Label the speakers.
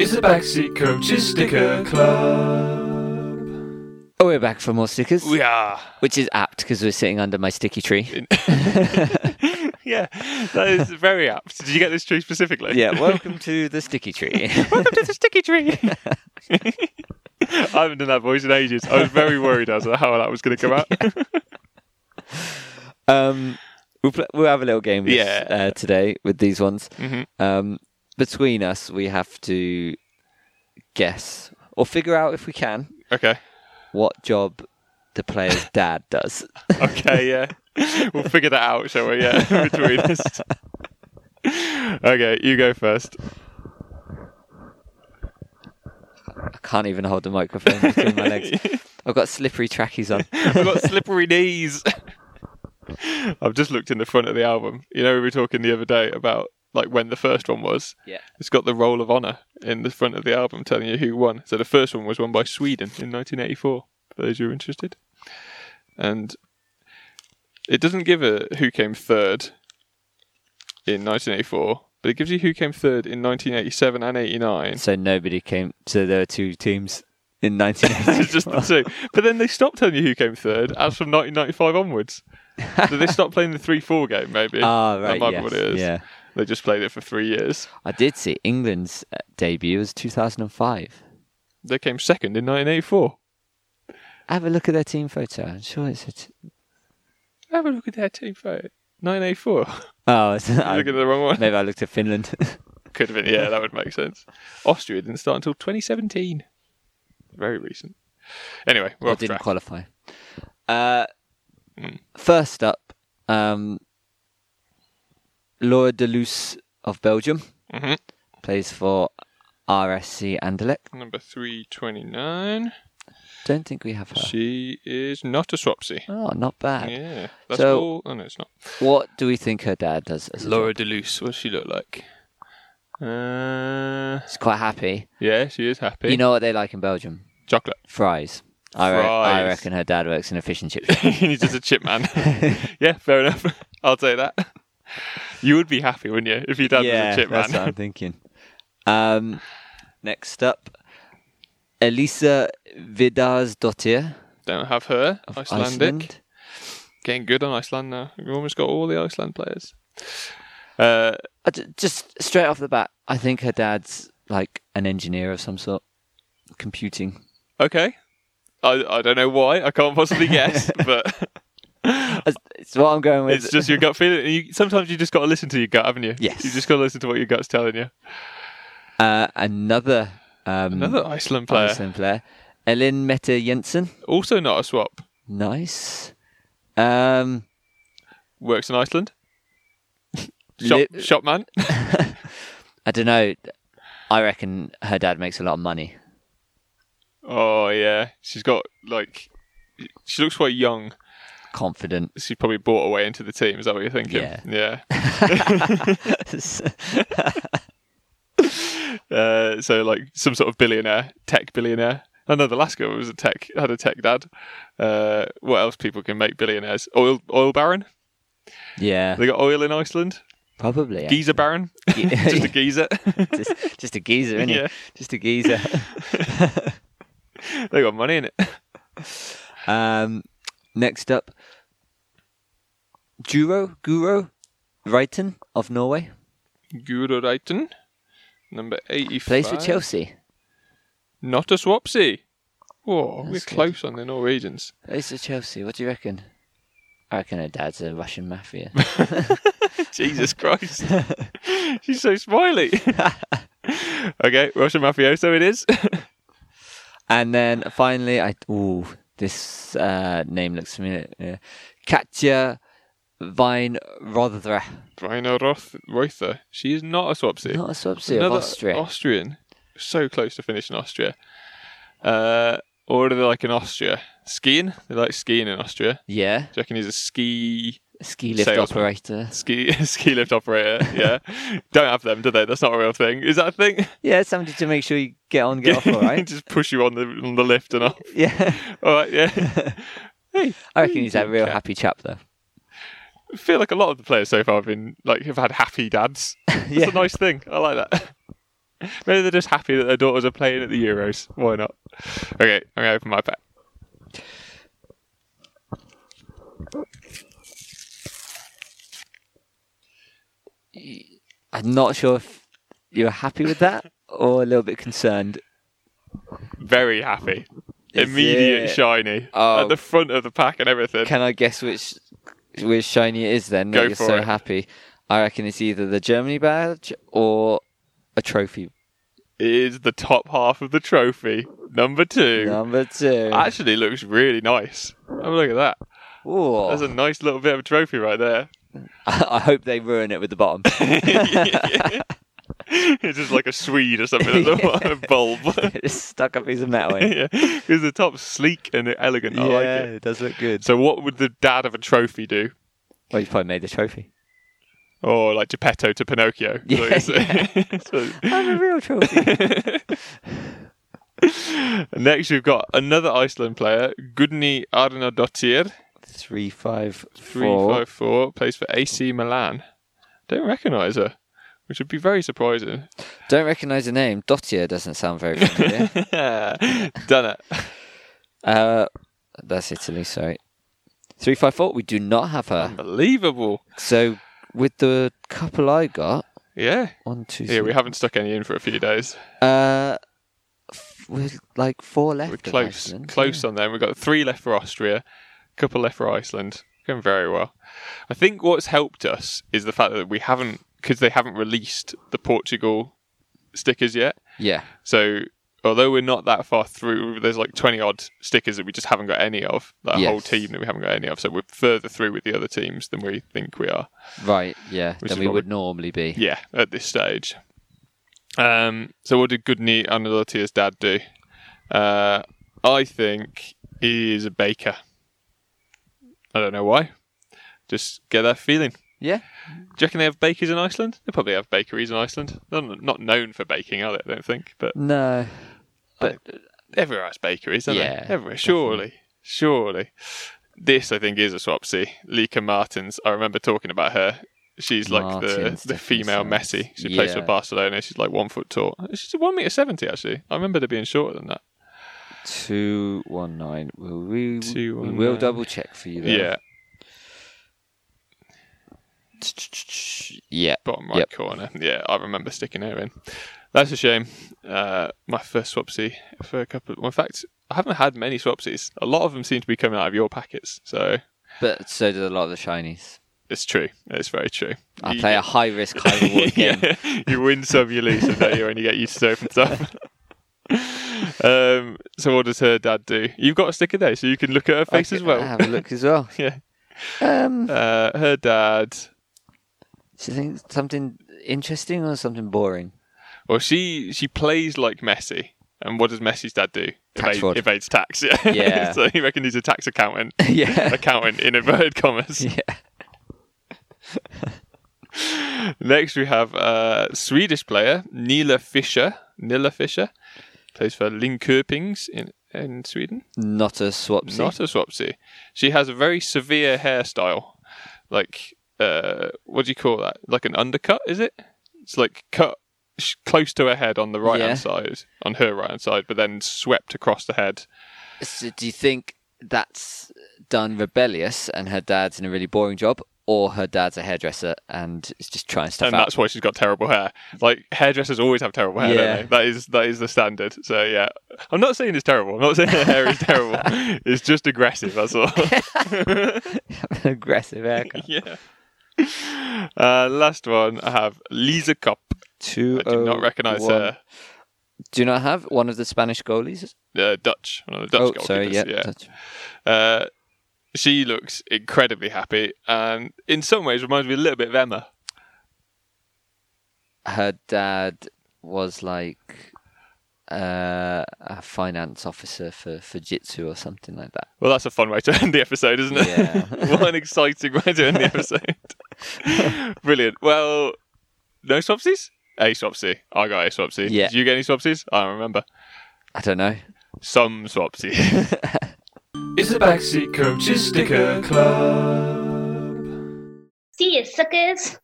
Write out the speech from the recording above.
Speaker 1: It's the Backseat Coaches Sticker Club.
Speaker 2: Oh, we're back for more stickers,
Speaker 1: We are.
Speaker 2: which is apt because we're sitting under my sticky tree.
Speaker 1: Yeah, that is very apt. Did you get this tree specifically?
Speaker 2: yeah, welcome to the sticky tree.
Speaker 1: Welcome to the sticky tree. I haven't done that voice in ages. I was very worried as to how that was going to come out.
Speaker 2: um, we'll, pl- we'll have a little game this,
Speaker 1: Yeah. Mm-hmm.
Speaker 2: uh, today with these ones. Um, between us, we have to guess or figure out if we can
Speaker 1: Okay.
Speaker 2: what job the player's dad does.
Speaker 1: Okay, yeah. We'll figure that out, shall we? Yeah, between us. Okay, you go first.
Speaker 2: I can't even hold the microphone between my legs. I've got slippery trackies on.
Speaker 1: I've got slippery knees. I've just looked in the front of the album. You know, we were talking the other day about like when the first one was.
Speaker 2: Yeah.
Speaker 1: It's got the Roll of Honor in the front of the album telling you who won. So the first one was won by Sweden in 1984, for those who are interested. And it doesn't give a who came third in 1984, but it gives you who came third in 1987 and 89.
Speaker 2: So nobody came. So there were two teams in 1980.
Speaker 1: it's just the two. But then they stopped telling you who came third as from 1995 onwards. So they stopped playing the 3 4 game, maybe.
Speaker 2: Ah,
Speaker 1: That
Speaker 2: right.
Speaker 1: might
Speaker 2: yes,
Speaker 1: be what it is.
Speaker 2: Yeah.
Speaker 1: They just played it for three years.
Speaker 2: I did see England's uh, debut was 2005.
Speaker 1: They came second in 1984.
Speaker 2: Have a look at their team photo. I'm sure it's a. T-
Speaker 1: Have a look at their team photo. 984.
Speaker 2: oh, it's,
Speaker 1: You're
Speaker 2: I,
Speaker 1: looking at the wrong one.
Speaker 2: maybe I looked at Finland.
Speaker 1: Could have been. Yeah, that would make sense. Austria didn't start until 2017. Very recent. Anyway, we're
Speaker 2: or
Speaker 1: off
Speaker 2: didn't
Speaker 1: track.
Speaker 2: qualify. Uh,
Speaker 1: Hmm.
Speaker 2: First up, um, Laura Deluce of Belgium
Speaker 1: Mhm.
Speaker 2: plays for RSC Anderlecht.
Speaker 1: Number 329.
Speaker 2: Don't think we have her.
Speaker 1: She is not a swapsy.
Speaker 2: oh, not bad.
Speaker 1: Yeah. That's
Speaker 2: So-
Speaker 1: all. Oh, no, it's not.
Speaker 2: What do we think her dad does? As a job?
Speaker 1: Laura Deluce, what does she look like? Uh,
Speaker 2: She's quite happy.
Speaker 1: yeah, she is happy.
Speaker 2: You know what they like in Belgium?
Speaker 1: Chocolate.
Speaker 2: Fries. I, re- I
Speaker 1: Fries.
Speaker 2: reckon her dad works in a fish and chip shop.
Speaker 1: He's just a chip man. yeah, fair enough. I'll take that. You would be happy, wouldn't you, if your dad was a chip
Speaker 2: that's what
Speaker 1: man?
Speaker 2: I'm thinking. Um, next up, Elisa Vidars Dottir
Speaker 1: Don't have her.
Speaker 2: of
Speaker 1: Icelandic.
Speaker 2: Iceland.
Speaker 1: Getting good on Iceland now. We've almost got all the Iceland players. Uh,
Speaker 2: I ju- just straight off the bat, I think her dad's like an engineer of some sort, computing.
Speaker 1: okay. I, I don't know why. I can't possibly guess, but
Speaker 2: That's- It's what I'm going with.
Speaker 1: it's just your gut feeling. And You, sometimes you just got to listen to your gut, haven't you?
Speaker 2: Yes.
Speaker 1: You just got to listen to what your gut's telling you.
Speaker 2: uh, another um,
Speaker 1: Another Iceland player.
Speaker 2: Iceland player, Elin Mette Jensen.
Speaker 1: Also not a swap.
Speaker 2: Nice. Um,
Speaker 1: works in Iceland. Shop,
Speaker 2: Li-
Speaker 1: shopman.
Speaker 2: I don't know. I reckon her dad makes a lot of money.
Speaker 1: Oh yeah, she's got like, she looks quite young.
Speaker 2: Confident.
Speaker 1: She's probably bought her way into the team. Is that what you're thinking?
Speaker 2: Yeah.
Speaker 1: Yeah. Uh, so like some sort of billionaire, tech billionaire. I know the last girl was a tech, had a tech dad. Uh, what else people can make billionaires? Oil, oil baron.
Speaker 2: yeah,
Speaker 1: They got oil in Iceland.
Speaker 2: probably. yeah.
Speaker 1: Geezer baron. Just a geezer.
Speaker 2: just, just a geezer, isn't
Speaker 1: Yeah.
Speaker 2: it? Just a geezer.
Speaker 1: they got money in it.
Speaker 2: Um, next up, Juro Guro Reiten of Norway
Speaker 1: Guduraitin, number eighty-five.
Speaker 2: plays for Chelsea.
Speaker 1: Not a swapsy. Whoa, we're
Speaker 2: That's good.
Speaker 1: close on the Norwegians.
Speaker 2: Plays for Chelsea. What do you reckon? I reckon her dad's a Russian mafia.
Speaker 1: Jesus Christ. She's so smiley. okay, Russian mafioso it is.
Speaker 2: and then finally, I ooh, this uh, name looks familiar. Yeah. Katja Vine Rodre,
Speaker 1: Rainer Roth- Reuther. She is not a swapsy.
Speaker 2: not a subsidy of Austria.
Speaker 1: Austrian. So close to finishing Austria. Uh, or are they like in Austria? Skiing? They like skiing in Austria.
Speaker 2: yeah,
Speaker 1: Do you reckon he's a ski
Speaker 2: ski lift
Speaker 1: Salesman.
Speaker 2: operator.
Speaker 1: ski ski lift operator? Yeah. Don't have them, do they? That's not a real thing. Is that a thing?
Speaker 2: Yeah, somebody to make sure you get on, get off, all right.
Speaker 1: Just push you on the on the lift and off.
Speaker 2: Yeah,
Speaker 1: All right, yeah.
Speaker 2: I reckon he's a real
Speaker 1: Okay.
Speaker 2: happy chap though.
Speaker 1: I feel like a lot of the players so far have been like have had happy dads. It's
Speaker 2: Yeah.
Speaker 1: a nice thing. I like that. Maybe they're just happy that their daughters are playing at the Euros. Why not? Okay, I'm going to open my pack.
Speaker 2: I'm not sure if you're happy with that or a little bit concerned.
Speaker 1: Very happy.
Speaker 2: Is
Speaker 1: Immediate
Speaker 2: it-
Speaker 1: shiny.
Speaker 2: Oh.
Speaker 1: At the front of the pack and everything.
Speaker 2: Can I guess which which shiny it is then?
Speaker 1: Go
Speaker 2: that you're
Speaker 1: for
Speaker 2: so
Speaker 1: it.
Speaker 2: happy. I reckon it's either the Germany badge or a trophy.
Speaker 1: It is the top half of the trophy. Number two.
Speaker 2: Number two.
Speaker 1: Actually looks really nice. Have a look at that.
Speaker 2: Ooh.
Speaker 1: That's a nice little bit of a trophy right there.
Speaker 2: I hope they ruin it with the bottom.
Speaker 1: it's just like a Swede or something at the bottom, a bulb.
Speaker 2: Just stuck a piece of metal in.
Speaker 1: yeah. Because the top's sleek and elegant. I like it.
Speaker 2: does look good.
Speaker 1: So what would the dad of a trophy do?
Speaker 2: Well, you probably made the trophy.
Speaker 1: Or like Geppetto to Pinocchio.
Speaker 2: Yeah,
Speaker 1: So- so-
Speaker 2: I'm a real trophy.
Speaker 1: next we've got another Iceland player, Gudni Arnadottir,
Speaker 2: Three, five,
Speaker 1: three
Speaker 2: four.
Speaker 1: five four, plays for AC Milan. Don't recognise her, which would be very surprising.
Speaker 2: Don't recognise the name. Dottier doesn't sound very familiar.
Speaker 1: Done it.
Speaker 2: uh, that's Italy. Sorry. Three, five, four. We do not have her.
Speaker 1: Unbelievable.
Speaker 2: So with the couple I got,
Speaker 1: Yeah.
Speaker 2: one, two,
Speaker 1: Yeah, we
Speaker 2: three.
Speaker 1: haven't stuck any in for a few days.
Speaker 2: uh, f- with like four left.
Speaker 1: We're
Speaker 2: of
Speaker 1: close,
Speaker 2: Iceland,
Speaker 1: close on them. We've got three left for Austria, a couple left for Iceland. Going very well. I think what's helped us is the fact that we haven't, because they haven't released the Portugal stickers yet.
Speaker 2: Yeah.
Speaker 1: So although we're not that far through, there's like 20 odd stickers that we just haven't got any of, that
Speaker 2: Yes.
Speaker 1: whole team that we haven't got any of. So we're further through with the other teams than we think we are.
Speaker 2: yeah. Right. Yeah.
Speaker 1: Which
Speaker 2: Than
Speaker 1: is
Speaker 2: we
Speaker 1: what
Speaker 2: would normally be.
Speaker 1: Yeah, at this stage. Um, so what did Goodney Anadottia's dad do? Uh, I think he is a baker. I don't know why. Just get that feeling.
Speaker 2: Yeah.
Speaker 1: Do you reckon they have bakers in Iceland? They probably have bakeries in Iceland. They're n- not known for baking, are they? I don't think. But
Speaker 2: No. But
Speaker 1: everywhere has bakeries, don't
Speaker 2: Yeah,
Speaker 1: they? Everywhere, surely, surely. This, I think, is a swapsy. Lika Martins. I remember talking about her. She's like
Speaker 2: Martins
Speaker 1: the the
Speaker 2: definitely
Speaker 1: female
Speaker 2: sounds-
Speaker 1: Messi. She plays for
Speaker 2: yeah.
Speaker 1: Barcelona. She's like one foot tall. She's one meter seventy actually. I remember her being shorter than that.
Speaker 2: two one nine. Will we?
Speaker 1: Two,
Speaker 2: we
Speaker 1: one,
Speaker 2: will
Speaker 1: nine.
Speaker 2: double check for you.
Speaker 1: Yeah,
Speaker 2: Though. Yeah.
Speaker 1: bottom right
Speaker 2: Yep.
Speaker 1: corner. Yeah, I remember sticking her in. That's a shame. Uh, my first swapsy for a couple. well, in fact, I haven't had many swapsies. A lot of them seem to be coming out of your packets. So
Speaker 2: But so did a lot of the shinies.
Speaker 1: it's true. It's very true.
Speaker 2: I
Speaker 1: You-
Speaker 2: play a high risk, high reward game.
Speaker 1: yeah, you win some, you lose some, don't you? And you get used to certain stuff. um, so what does her dad do? You've got a sticker there, so you can look at her
Speaker 2: I
Speaker 1: face
Speaker 2: could-
Speaker 1: as well.
Speaker 2: I Have a look as well.
Speaker 1: yeah,
Speaker 2: Um,
Speaker 1: uh, her dad.
Speaker 2: do you think something interesting or something boring?
Speaker 1: Well, she she plays like Messi. And what does Messi's dad do?
Speaker 2: Tax fraud.
Speaker 1: evades tax. Yeah.
Speaker 2: Yeah.
Speaker 1: so you reckon he's a tax accountant?
Speaker 2: yeah.
Speaker 1: accountant in inverted commas.
Speaker 2: Yeah.
Speaker 1: Next, we have uh, Swedish player Nila Fischer. Nila Fischer plays for Linköpings in in Sweden.
Speaker 2: Not a swapsy.
Speaker 1: Not a swapsy. She has a very severe hairstyle. Like, uh, what do you call that? Like an undercut, is it? It's like cut sh- close to her head on the right
Speaker 2: Yeah.
Speaker 1: hand side, on her right hand side, but then swept across the head.
Speaker 2: So do you think that's done rebellious and her dad's in a really boring job, or her dad's a hairdresser and is just trying stuff
Speaker 1: and
Speaker 2: out?
Speaker 1: that's why she's got terrible hair. Like hairdressers always have terrible hair.
Speaker 2: Yeah.
Speaker 1: Don't they? That is that is the standard. So yeah, I'm not saying it's terrible. I'm not saying her hair is terrible. It's just aggressive. That's all.
Speaker 2: An aggressive haircut.
Speaker 1: yeah. Uh, last one, I have Lisa Cop.
Speaker 2: Two. oh
Speaker 1: I do not recognise her.
Speaker 2: Do you not have one of the Spanish goalies?
Speaker 1: uh, Dutch, one of the
Speaker 2: oh,
Speaker 1: Dutch
Speaker 2: sorry.
Speaker 1: goalkeepers.
Speaker 2: Yeah.
Speaker 1: yeah.
Speaker 2: touch.
Speaker 1: Uh, she looks incredibly happy, and in some ways reminds me a little bit of Emma.
Speaker 2: her dad was like uh, a finance officer for for jitsu or something like that.
Speaker 1: Well, that's a fun way to end the episode, isn't it?
Speaker 2: Yeah.
Speaker 1: what an exciting way to end the episode. Brilliant. Well, no swapsies? A swapsy. I got a swapsy.
Speaker 2: Yeah.
Speaker 1: Did you get any swapsies? I don't remember.
Speaker 2: I don't know.
Speaker 1: Some swapsies.
Speaker 3: It's the Backseat Coaches Sticker Club.
Speaker 4: See you, suckers.